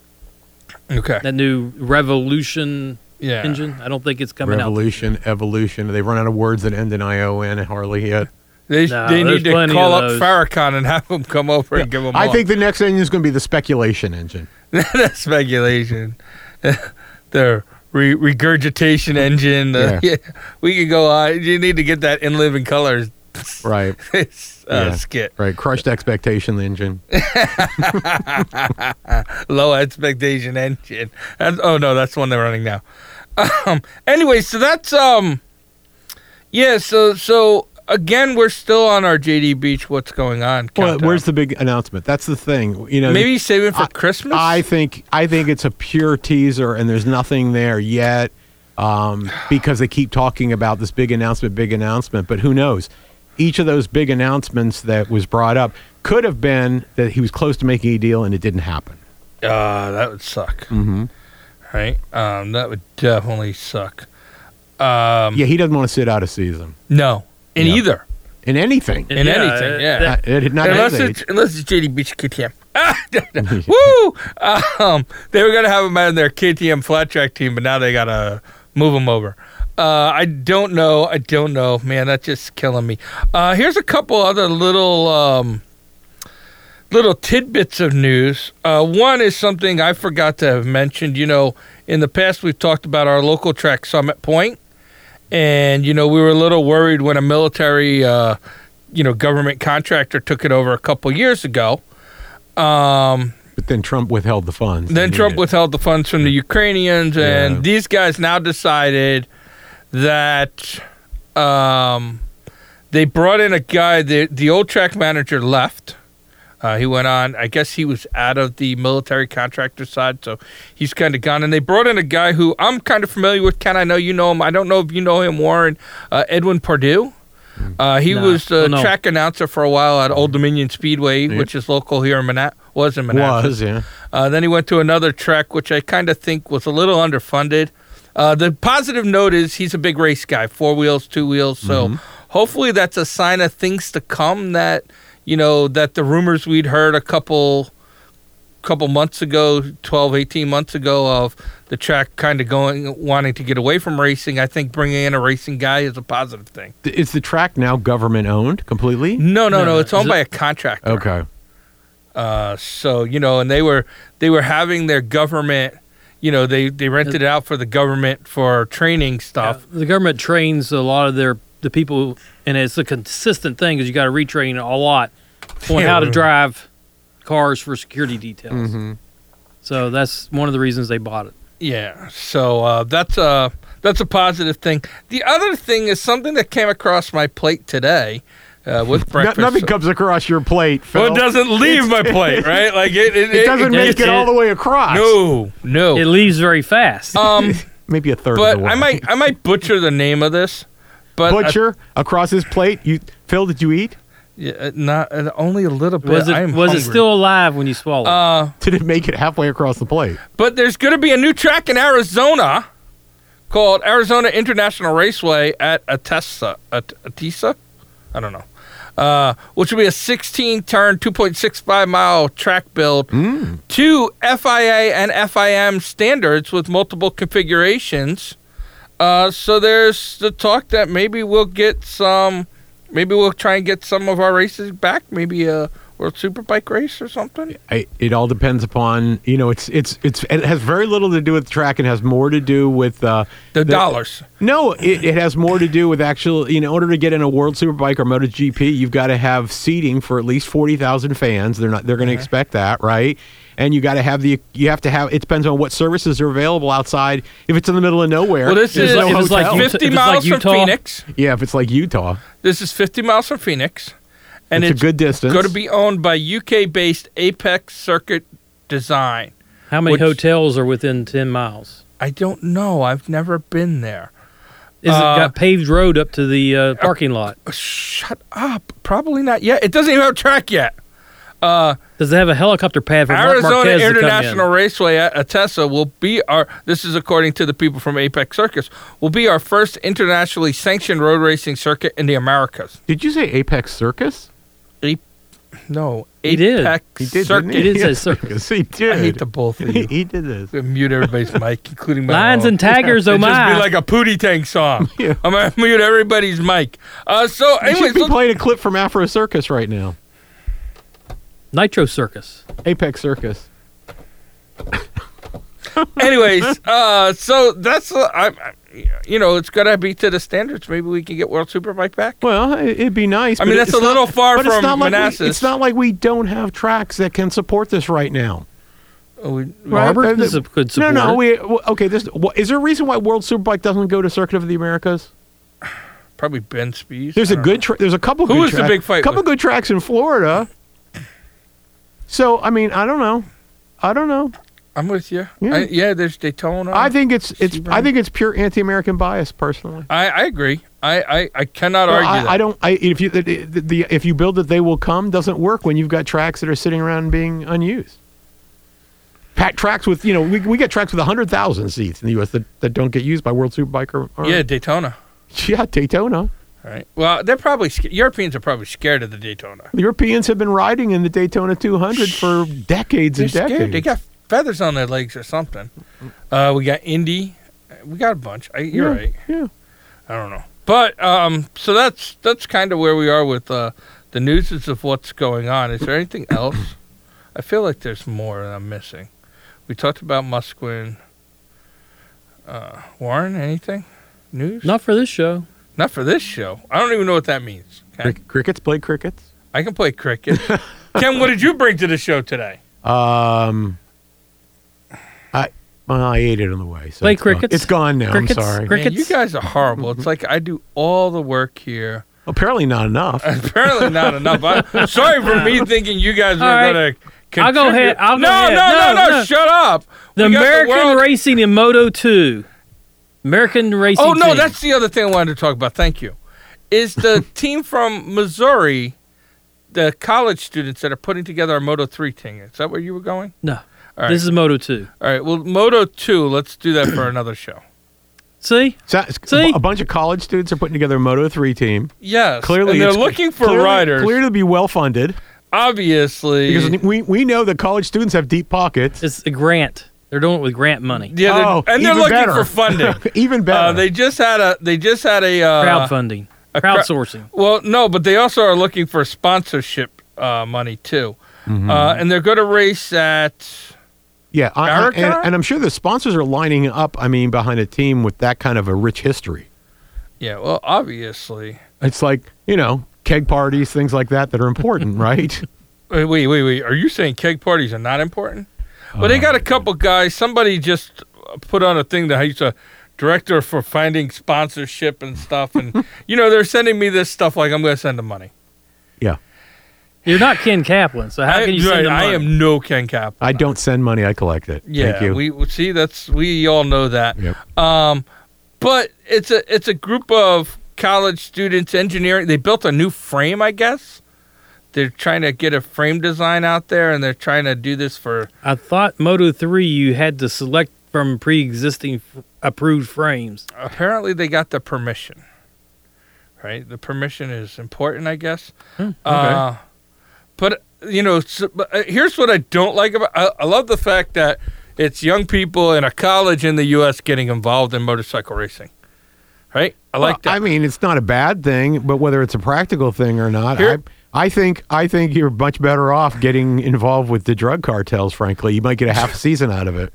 [SPEAKER 2] Okay.
[SPEAKER 3] That new Revolution
[SPEAKER 2] Yeah.
[SPEAKER 3] engine. I don't think it's coming out.
[SPEAKER 1] Revolution, evolution. They run out of words that end in I O N hardly yet.
[SPEAKER 2] They,
[SPEAKER 3] No,
[SPEAKER 2] they
[SPEAKER 3] there's
[SPEAKER 2] need to
[SPEAKER 3] plenty
[SPEAKER 2] call
[SPEAKER 3] of
[SPEAKER 2] up
[SPEAKER 3] those.
[SPEAKER 2] Farrakhan and have him come over and give him.
[SPEAKER 1] I
[SPEAKER 2] all.
[SPEAKER 1] think the next engine is going to be the speculation engine.
[SPEAKER 2] that's speculation. the re- regurgitation engine. the-
[SPEAKER 1] Yeah.
[SPEAKER 2] yeah, we could go on. You need to get that in living colors
[SPEAKER 1] Right.
[SPEAKER 2] uh,
[SPEAKER 1] Yeah.
[SPEAKER 2] skit.
[SPEAKER 1] Right. Crushed expectation engine.
[SPEAKER 2] Low expectation engine. That's, oh no, that's the one they're running now. Um. Anyway, so that's um. Yeah. So so again, we're still on our JD Beach. What's going on?
[SPEAKER 1] Well,
[SPEAKER 2] countdown.
[SPEAKER 1] where's the big announcement? That's the thing. You know,
[SPEAKER 2] maybe saving for
[SPEAKER 1] I-
[SPEAKER 2] Christmas?
[SPEAKER 1] I think I think it's a pure teaser, and there's nothing there yet um, because they keep talking about this big announcement, big announcement. But who knows? Each of those big announcements that was brought up could have been that he was close to making a deal and it didn't happen.
[SPEAKER 2] Uh, that would suck.
[SPEAKER 1] Mm-hmm.
[SPEAKER 2] right? Um, that would definitely suck. Um,
[SPEAKER 1] Yeah, he doesn't want to sit out a season
[SPEAKER 2] No, in
[SPEAKER 1] Yeah.
[SPEAKER 2] either,
[SPEAKER 1] in anything.
[SPEAKER 2] in
[SPEAKER 3] Yeah,
[SPEAKER 2] anything.
[SPEAKER 3] uh,
[SPEAKER 2] yeah,
[SPEAKER 1] Uh, it, not
[SPEAKER 2] unless
[SPEAKER 1] anything.
[SPEAKER 2] it's unless it's JD Beach KTM. Ah, Woo! Um, they were gonna have him on their KTM flat track team, but now they gotta move him over. Uh, I don't know. I don't know, man. That's just killing me. Uh, here's a couple other little um, little tidbits of news. Uh, one is something I forgot to have mentioned. You know, in the past we've talked about our local track summit point, and you know we were a little worried when a military, uh, you know, government contractor took it over a couple years ago. Um,
[SPEAKER 1] but then Trump withheld the funds.
[SPEAKER 2] then
[SPEAKER 1] He
[SPEAKER 2] Trump
[SPEAKER 1] did.
[SPEAKER 2] withheld the funds from the Ukrainians, and
[SPEAKER 1] Yeah.
[SPEAKER 2] these guys now decided that um, they brought in a guy. The the old track manager left. Uh, he went on. I guess he was out of the military contractor side, so he's kind of gone. And they brought in a guy who I'm kind of familiar with. Ken, I know you know him. I don't know if you know him, Warren. Uh, Edwin Perdue. Uh, he
[SPEAKER 3] Nah,
[SPEAKER 2] was the
[SPEAKER 3] don't know.
[SPEAKER 2] track announcer for a while at Old Dominion Speedway,
[SPEAKER 1] Yeah.
[SPEAKER 2] which is local here in Manat was in Manassas.
[SPEAKER 1] was yeah.
[SPEAKER 2] Uh, then he went to another trek, which I kind of think was a little underfunded. Uh, the positive note is he's a big race guy, four wheels, two wheels. So
[SPEAKER 3] Mm-hmm.
[SPEAKER 2] hopefully that's a sign of things to come. That you know that the rumors we'd heard a couple couple months ago 12 18 months ago of the track kind of going wanting to get away from racing i think bringing in a racing guy is a positive thing
[SPEAKER 1] Th- Is the track now government owned completely?
[SPEAKER 2] no no no,
[SPEAKER 3] No, no.
[SPEAKER 2] it's owned
[SPEAKER 3] Is it-
[SPEAKER 2] by a contractor
[SPEAKER 1] Okay.
[SPEAKER 2] Uh, so you know, and they were they were having their government, you know, they they rented it out for the government for training
[SPEAKER 3] Yeah,
[SPEAKER 2] stuff.
[SPEAKER 3] the government trains a lot of their the people, and it's a consistent thing because you got to retrain a lot on
[SPEAKER 2] Yeah.
[SPEAKER 3] how to drive cars for security details.
[SPEAKER 1] Mm-hmm.
[SPEAKER 3] So that's one of the reasons they bought it.
[SPEAKER 2] Yeah, so uh, that's a that's a positive thing. The other thing is something that came across my plate today uh, with breakfast.
[SPEAKER 1] nothing comes across your plate, Phil.
[SPEAKER 2] well, it doesn't leave my plate, right? Like it, it,
[SPEAKER 1] It doesn't make
[SPEAKER 2] gets-
[SPEAKER 1] it all the way across.
[SPEAKER 2] No, no.
[SPEAKER 3] It leaves very fast.
[SPEAKER 2] um,
[SPEAKER 1] Maybe a third of
[SPEAKER 2] but
[SPEAKER 1] the way.
[SPEAKER 2] I might I might butcher the name of this. But I-
[SPEAKER 1] Butcher across his plate. You, Phil, did you eat?
[SPEAKER 2] yeah, uh, not uh, only a little bit.
[SPEAKER 3] was it
[SPEAKER 2] I am
[SPEAKER 3] was it
[SPEAKER 2] hungry.
[SPEAKER 3] still alive when you swallowed? it?
[SPEAKER 2] Uh,
[SPEAKER 1] Did it make it halfway across the plate?
[SPEAKER 2] But there's going to be a new track in Arizona called Arizona International Raceway at Atessa, At- Atessa, I don't know, uh, which will be a 16-turn, 2.65-mile track build
[SPEAKER 1] Mm.
[SPEAKER 2] to FIA and FIM standards with multiple configurations. Uh, so there's the talk that maybe we'll get some, maybe we'll try and get some of our races back, maybe a World Superbike race or something.
[SPEAKER 1] I, it all depends upon you know. It's it's it's it has very little to do with track and has more to do with uh,
[SPEAKER 2] The dollars.
[SPEAKER 1] No, it, it has more to do with actual. In order to get in a World Superbike or MotoGP, you've got to have seating for at least forty thousand fans. They're not. They're going to expect that, right? And you got to have the. You have to have. It depends on what services are available outside. If it's in the middle of nowhere,
[SPEAKER 2] Well, this
[SPEAKER 1] there's
[SPEAKER 2] is-
[SPEAKER 1] no
[SPEAKER 2] if
[SPEAKER 3] it's like
[SPEAKER 1] hotel.
[SPEAKER 3] Utah-
[SPEAKER 2] 50
[SPEAKER 3] if it's like
[SPEAKER 2] miles from
[SPEAKER 3] Utah-
[SPEAKER 2] Phoenix.
[SPEAKER 1] yeah, if it's like Utah,
[SPEAKER 2] This is 50 miles from Phoenix, and
[SPEAKER 1] it's,
[SPEAKER 2] it's,
[SPEAKER 1] a good distance.
[SPEAKER 2] going to be owned by UK-based Apex Circuit Design.
[SPEAKER 3] How many
[SPEAKER 2] which-
[SPEAKER 3] hotels are within ten miles?
[SPEAKER 2] I don't know. I've never been there.
[SPEAKER 3] Is
[SPEAKER 2] Uh,
[SPEAKER 3] it got paved road up to the uh, parking lot?
[SPEAKER 2] Uh, Shut up. Probably not yet. It doesn't even have a track yet. Uh,
[SPEAKER 3] Does it have a helicopter pad for Mark
[SPEAKER 2] Arizona
[SPEAKER 3] Marquez to come in?
[SPEAKER 2] International Raceway at Atessa will be our. This is according to the people from Apex Circus. Will be our first internationally sanctioned road racing circuit in the Americas.
[SPEAKER 1] Did you say Apex Circus?
[SPEAKER 2] No,
[SPEAKER 3] He did.
[SPEAKER 2] Apex
[SPEAKER 1] He did.
[SPEAKER 2] Circuit.
[SPEAKER 1] didn't
[SPEAKER 3] It
[SPEAKER 1] he?
[SPEAKER 3] is a
[SPEAKER 1] Yeah,
[SPEAKER 3] circus.
[SPEAKER 1] He did.
[SPEAKER 2] I hate the both of
[SPEAKER 1] he,
[SPEAKER 2] you.
[SPEAKER 1] he did this.
[SPEAKER 2] mute everybody's mic, including my
[SPEAKER 3] Lions
[SPEAKER 2] own.
[SPEAKER 3] and tigers, oh
[SPEAKER 2] It'd just be
[SPEAKER 3] my!
[SPEAKER 2] like a Pootie Tang song.
[SPEAKER 1] Yeah.
[SPEAKER 2] I'm gonna mute everybody's mic. Uh, so
[SPEAKER 1] You
[SPEAKER 2] anyways,
[SPEAKER 1] should be
[SPEAKER 2] let's-
[SPEAKER 1] playing a clip from Afro Circus right now.
[SPEAKER 3] Nitro Circus.
[SPEAKER 1] Apex Circus.
[SPEAKER 2] anyways, uh, so that's uh, I, I, you know, it's gonna be to the standards. Maybe we can get World Superbike back.
[SPEAKER 1] Well, i- it'd be nice.
[SPEAKER 2] I mean,
[SPEAKER 1] but
[SPEAKER 2] that's
[SPEAKER 1] it's
[SPEAKER 2] a
[SPEAKER 1] not-
[SPEAKER 2] little far
[SPEAKER 1] but it's
[SPEAKER 2] from
[SPEAKER 1] not like we-
[SPEAKER 2] Manassas.
[SPEAKER 1] it's not like we don't have tracks that can support this right now.
[SPEAKER 2] Oh, we-
[SPEAKER 1] Right,
[SPEAKER 3] Barber
[SPEAKER 1] but-
[SPEAKER 3] is a good
[SPEAKER 1] No,
[SPEAKER 3] support.
[SPEAKER 1] no. We w- okay. This wha- is there a reason why World Superbike doesn't go to Circuit of the Americas?
[SPEAKER 2] probably Ben Spees.
[SPEAKER 1] There's
[SPEAKER 2] I
[SPEAKER 1] a
[SPEAKER 2] don't
[SPEAKER 1] good. Tra- there's a couple.
[SPEAKER 2] Who
[SPEAKER 1] good
[SPEAKER 2] was the
[SPEAKER 1] track-
[SPEAKER 2] big fight
[SPEAKER 1] Couple
[SPEAKER 2] with?
[SPEAKER 1] good tracks in Florida. So I mean, I don't know. I don't know.
[SPEAKER 2] know. I'm with you.
[SPEAKER 1] Yeah.
[SPEAKER 2] I, yeah there's Daytona.
[SPEAKER 1] I think it's it's. I
[SPEAKER 2] Sebring.
[SPEAKER 1] think it's pure anti-American bias, personally.
[SPEAKER 2] I, I agree. I, I, I cannot
[SPEAKER 1] Well,
[SPEAKER 2] argue
[SPEAKER 1] I,
[SPEAKER 2] that.
[SPEAKER 1] I don't. I if you the, the, the if you build it, they will come. Doesn't work when you've got tracks that are sitting around being unused. Pat tracks with you know we we get tracks with hundred thousand seats in the U.S. that, that don't get used by World Superbike or, or
[SPEAKER 2] yeah, Daytona.
[SPEAKER 1] yeah Daytona.
[SPEAKER 2] All right. Well, they're probably sca- Europeans are probably scared of the Daytona.
[SPEAKER 1] The Europeans have been riding in the Daytona 200 for decades
[SPEAKER 2] They're
[SPEAKER 1] and
[SPEAKER 2] scared.
[SPEAKER 1] decades.
[SPEAKER 2] They got feathers on their legs or something. Uh, we got Indy. We got a bunch. I, you're
[SPEAKER 1] Yeah.
[SPEAKER 2] right.
[SPEAKER 1] yeah.
[SPEAKER 2] I don't know. But um, so that's that's kind of where we are with uh, the news is of what's going on. Is there anything else? I feel like there's more that I'm missing. We talked about Musquin. Uh, Warren, anything? News?
[SPEAKER 3] Not for this show.
[SPEAKER 2] Not for this show. I don't even know what that means. Okay?
[SPEAKER 1] Crick- crickets play crickets.
[SPEAKER 2] I can play cricket. Ken, what did you bring to the show today?
[SPEAKER 1] Um, I well, I ate it on the way. So
[SPEAKER 3] Play
[SPEAKER 1] it's gone.
[SPEAKER 3] crickets?
[SPEAKER 1] It's gone now.
[SPEAKER 3] Crickets?
[SPEAKER 1] I'm sorry.
[SPEAKER 3] Crick-
[SPEAKER 2] Man, you
[SPEAKER 3] Crickets?
[SPEAKER 2] guys are horrible. It's like I do all the work here.
[SPEAKER 1] Apparently not enough.
[SPEAKER 2] Apparently not enough. I, sorry for me thinking you guys were
[SPEAKER 3] All right.
[SPEAKER 2] going to.
[SPEAKER 3] I'll go ahead. I'll go
[SPEAKER 2] no,
[SPEAKER 3] ahead.
[SPEAKER 2] No, no,
[SPEAKER 3] No,
[SPEAKER 2] no,
[SPEAKER 3] no.
[SPEAKER 2] Shut up.
[SPEAKER 3] The
[SPEAKER 2] We got
[SPEAKER 3] American
[SPEAKER 2] world-
[SPEAKER 3] Racing in Moto 2. American Racing
[SPEAKER 2] Oh no,
[SPEAKER 3] team.
[SPEAKER 2] that's the other thing I wanted to talk about. Thank you. Is the team from Missouri, the college students that are putting together our Moto Three thing? Is that where you were going?
[SPEAKER 3] No.
[SPEAKER 2] All right.
[SPEAKER 3] This is Moto 2.
[SPEAKER 2] All right. Well, Moto Two. Let's do that for another show.
[SPEAKER 3] See?
[SPEAKER 1] So,
[SPEAKER 3] See?
[SPEAKER 1] a bunch of college students are putting together a Moto 3 team.
[SPEAKER 2] Yes.
[SPEAKER 1] Clearly,
[SPEAKER 2] and they're
[SPEAKER 1] it's-
[SPEAKER 2] looking for
[SPEAKER 1] clearly-
[SPEAKER 2] riders.
[SPEAKER 1] Clearly, to be well funded
[SPEAKER 2] obviously.
[SPEAKER 1] because we we know that college students have deep pockets.
[SPEAKER 3] It's a grant. They're doing it with grant money.
[SPEAKER 2] yeah, they're,
[SPEAKER 1] Oh,
[SPEAKER 2] and they're
[SPEAKER 1] even
[SPEAKER 2] looking
[SPEAKER 1] better.
[SPEAKER 2] for funding.
[SPEAKER 1] Even better.
[SPEAKER 2] Uh, they just had a. They just had a. Uh,
[SPEAKER 3] Crowdfunding.
[SPEAKER 2] a crowd-
[SPEAKER 3] crowdsourcing.
[SPEAKER 2] Well, no, but they also are looking for sponsorship uh, money too,
[SPEAKER 3] Mm-hmm.
[SPEAKER 2] uh, and they're going to race at.
[SPEAKER 1] yeah, I- I-
[SPEAKER 2] Barracuda?
[SPEAKER 1] and, and I'm sure the sponsors are lining up. I mean, behind a team with that kind of a rich history.
[SPEAKER 2] Yeah, well, obviously.
[SPEAKER 1] It's like, you know, keg parties, things like that that are important, right?
[SPEAKER 2] Wait, wait, wait, wait. Are you saying keg parties are not important? Well,
[SPEAKER 3] Oh,
[SPEAKER 2] they got a couple guys. Somebody just put on a thing that I used to director for finding sponsorship and stuff, and you know they're sending me this stuff like I'm going to send them money.
[SPEAKER 1] Yeah.
[SPEAKER 3] You're not Ken Kaplan, so how
[SPEAKER 2] I,
[SPEAKER 3] can you
[SPEAKER 2] right,
[SPEAKER 3] send them
[SPEAKER 2] I
[SPEAKER 3] money?
[SPEAKER 2] am no Ken Cap.
[SPEAKER 1] I don't send money, I collect it.
[SPEAKER 2] Yeah,
[SPEAKER 1] Thank you.
[SPEAKER 2] we we- see that's we all know that.
[SPEAKER 1] Yep.
[SPEAKER 2] Um, but it's a it's a group of college students engineering. They built a new frame, I guess. They're trying to get a frame design out there, and they're trying to do this for
[SPEAKER 3] I thought Moto 3 you had to select from pre-existing f- approved frames.
[SPEAKER 2] apparently they got the permission. Right, the permission is important, I guess.
[SPEAKER 1] Hmm,
[SPEAKER 2] Uh, but you know, so, but, uh, here's what I don't like about. I, I love the fact that it's young people in a college in the U.S. getting involved in motorcycle racing. Right, I like
[SPEAKER 1] Well, I
[SPEAKER 2] that.
[SPEAKER 1] mean, it's not a bad thing, but whether it's a practical thing or not,
[SPEAKER 2] Here-
[SPEAKER 1] I, I think I think you're much better off getting involved with the drug cartels. Frankly, you might get a half a season out of it,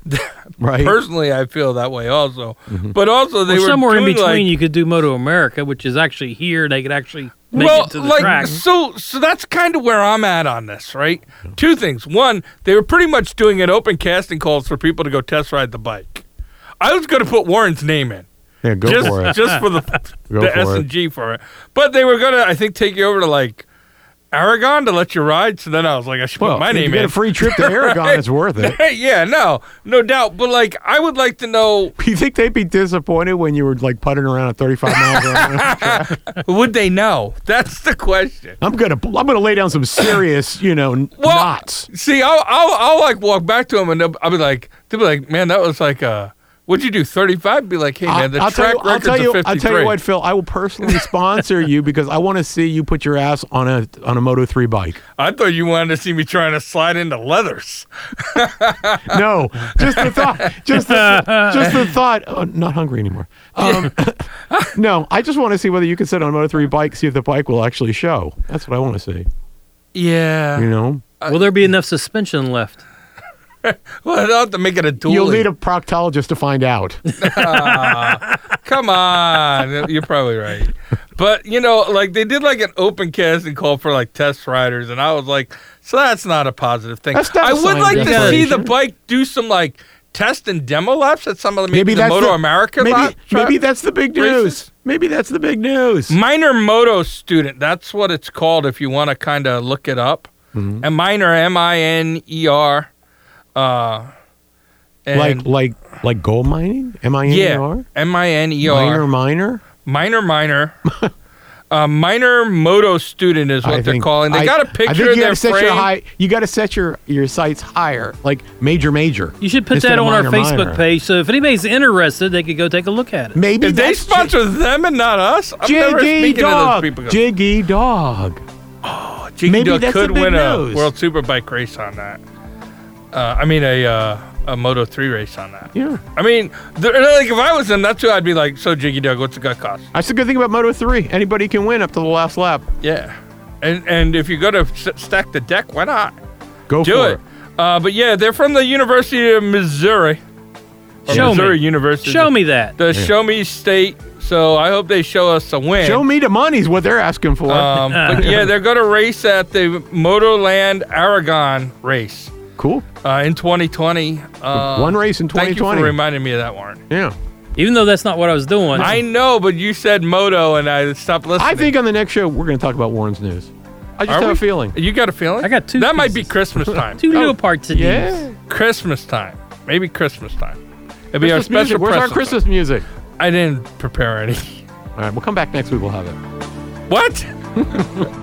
[SPEAKER 1] right?
[SPEAKER 2] Personally, I feel that way also.
[SPEAKER 1] Mm-hmm.
[SPEAKER 2] But also, they
[SPEAKER 3] Or
[SPEAKER 2] were
[SPEAKER 3] somewhere in
[SPEAKER 2] doing,
[SPEAKER 3] between,
[SPEAKER 2] like-
[SPEAKER 3] you could do Moto America, which is actually here. They could actually make
[SPEAKER 2] well,
[SPEAKER 3] it to the
[SPEAKER 2] like
[SPEAKER 3] track.
[SPEAKER 2] so, so that's kind of where I'm at on this, right? Two things. One, they were pretty much doing an open casting calls for people to go test ride the bike. I was going to put Warren's name in.
[SPEAKER 1] Yeah, go
[SPEAKER 2] just,
[SPEAKER 1] for it.
[SPEAKER 2] just for the,
[SPEAKER 1] Go
[SPEAKER 2] the
[SPEAKER 1] for
[SPEAKER 2] S
[SPEAKER 1] it.
[SPEAKER 2] and G for it. But they were gonna, I think, take you over to like Aragon to let you ride. So then I was like, I should
[SPEAKER 1] well,
[SPEAKER 2] put my
[SPEAKER 1] if you
[SPEAKER 2] name
[SPEAKER 1] get
[SPEAKER 2] in.
[SPEAKER 1] a free trip to Aragon. It's worth it.
[SPEAKER 2] yeah, no, no doubt. But like, I would like to know,
[SPEAKER 1] You think they'd be disappointed when you were like putting around at 35 miles an hour?
[SPEAKER 2] would they know? That's the question.
[SPEAKER 1] I'm gonna I'm gonna lay down some serious, you know, n-
[SPEAKER 2] Well,
[SPEAKER 1] knots.
[SPEAKER 2] See, I'll, I'll, I'll like walk back to them and they'll- I'll be like, they'll be like, man, that was like, uh, what'd you do, 35? Be like, hey, man, the
[SPEAKER 1] I'll, I'll tell
[SPEAKER 2] track
[SPEAKER 1] you, I'll
[SPEAKER 2] record's
[SPEAKER 1] tell you,
[SPEAKER 2] a 53.
[SPEAKER 1] I'll tell you what, Phil. I will personally sponsor you because I want to see you put your ass on a on a Moto 3 bike.
[SPEAKER 2] I thought you wanted to see me trying to slide into leathers.
[SPEAKER 1] No, just the thought. Just the, just the thought. Oh, not hungry anymore. Um, no, I just want to see whether you can sit on a Moto 3 bike, see if the bike will actually show. That's what I want to see.
[SPEAKER 2] Yeah.
[SPEAKER 1] You know,
[SPEAKER 2] uh,
[SPEAKER 3] Will there be enough suspension left?
[SPEAKER 2] Well, I'll have to make it a duel.
[SPEAKER 1] you'll need a proctologist to find out.
[SPEAKER 2] Come on, you're probably right. But you know, like they did like an open casting call for like test riders, and I was like, so that's not a positive thing.
[SPEAKER 1] That's not a
[SPEAKER 2] I would
[SPEAKER 1] sign of
[SPEAKER 2] like to see
[SPEAKER 1] desperation.
[SPEAKER 2] the bike do some like test and demo laps at some of the maybe, the Moto America
[SPEAKER 1] Maybe,
[SPEAKER 2] lap track.
[SPEAKER 1] maybe that's the big
[SPEAKER 2] races?
[SPEAKER 1] news. Maybe that's the big news.
[SPEAKER 2] minor moto student. That's what it's called if you want to kind of look it up.
[SPEAKER 1] Mm-hmm.
[SPEAKER 2] And minor, M I N E R. Uh, and
[SPEAKER 1] like like like gold mining. M I N E
[SPEAKER 2] yeah,
[SPEAKER 1] R.
[SPEAKER 2] M I N E R.
[SPEAKER 1] Miner miner.
[SPEAKER 2] minor minor uh, minor moto student is what
[SPEAKER 1] I
[SPEAKER 2] they're
[SPEAKER 1] think-
[SPEAKER 2] calling they
[SPEAKER 1] I-
[SPEAKER 2] got a
[SPEAKER 1] I
[SPEAKER 2] picture
[SPEAKER 1] think
[SPEAKER 2] of
[SPEAKER 1] you
[SPEAKER 2] their
[SPEAKER 1] gotta set
[SPEAKER 2] frame
[SPEAKER 1] your high. You got to set your your sights higher, like major major.
[SPEAKER 3] You should put
[SPEAKER 1] Instead
[SPEAKER 3] that
[SPEAKER 1] of
[SPEAKER 3] on our
[SPEAKER 1] minor,
[SPEAKER 3] Facebook
[SPEAKER 1] minor.
[SPEAKER 3] page, so if anybody's interested, they could go take a look at it.
[SPEAKER 1] Maybe
[SPEAKER 2] did they
[SPEAKER 1] that's J-
[SPEAKER 2] sponsor them and not us i'm never
[SPEAKER 1] Jiggy
[SPEAKER 2] speaking
[SPEAKER 1] dog,
[SPEAKER 2] to those people
[SPEAKER 1] Jiggy dog.
[SPEAKER 2] Jiggy
[SPEAKER 1] maybe
[SPEAKER 2] Dog
[SPEAKER 1] that's
[SPEAKER 2] could
[SPEAKER 1] the big
[SPEAKER 2] win
[SPEAKER 1] news.
[SPEAKER 2] a world superbike race on that uh, i mean a uh, a moto 3 race on that
[SPEAKER 1] Yeah,
[SPEAKER 2] i mean they're, like if i was them that's who i'd be like so jiggy dog what's the gut cost
[SPEAKER 1] that's the good thing about Moto Three. Anybody can win up to the last lap.
[SPEAKER 2] yeah and and if you go to s- stack the deck why not
[SPEAKER 1] Go
[SPEAKER 2] do
[SPEAKER 1] for
[SPEAKER 2] it uh, but yeah they're from the university of missouri Or
[SPEAKER 3] Show me.
[SPEAKER 2] missouri university
[SPEAKER 3] Show me that.
[SPEAKER 2] the show me state. So I hope they show us a win.
[SPEAKER 1] Show me the money's what they're asking for.
[SPEAKER 2] Um, but yeah, they're going to race at the Motorland Aragon race
[SPEAKER 1] cool.
[SPEAKER 2] uh, in 2020. Uh,
[SPEAKER 1] One race in
[SPEAKER 2] Thank you for
[SPEAKER 1] 2020.
[SPEAKER 2] reminding me of that, Warren.
[SPEAKER 1] yeah.
[SPEAKER 3] Even though that's not what I was doing.
[SPEAKER 2] I know, but you said moto, and I stopped listening.
[SPEAKER 1] I think on the next show we're going to talk about Warren's news. I just
[SPEAKER 2] Are
[SPEAKER 1] have
[SPEAKER 2] we?
[SPEAKER 1] a feeling.
[SPEAKER 2] you got a feeling.
[SPEAKER 3] I got two
[SPEAKER 2] That might be
[SPEAKER 3] pieces.
[SPEAKER 2] Christmas time.
[SPEAKER 3] two
[SPEAKER 1] Oh,
[SPEAKER 3] Leopards today.
[SPEAKER 1] Yeah.
[SPEAKER 2] Christmas time. Maybe Christmas time. It'd be
[SPEAKER 1] Christmas
[SPEAKER 2] our special.
[SPEAKER 1] music. Where's our
[SPEAKER 2] present.
[SPEAKER 1] Christmas music?
[SPEAKER 2] I didn't prepare any.
[SPEAKER 1] All right, we'll come back next week. We'll have it.
[SPEAKER 2] What?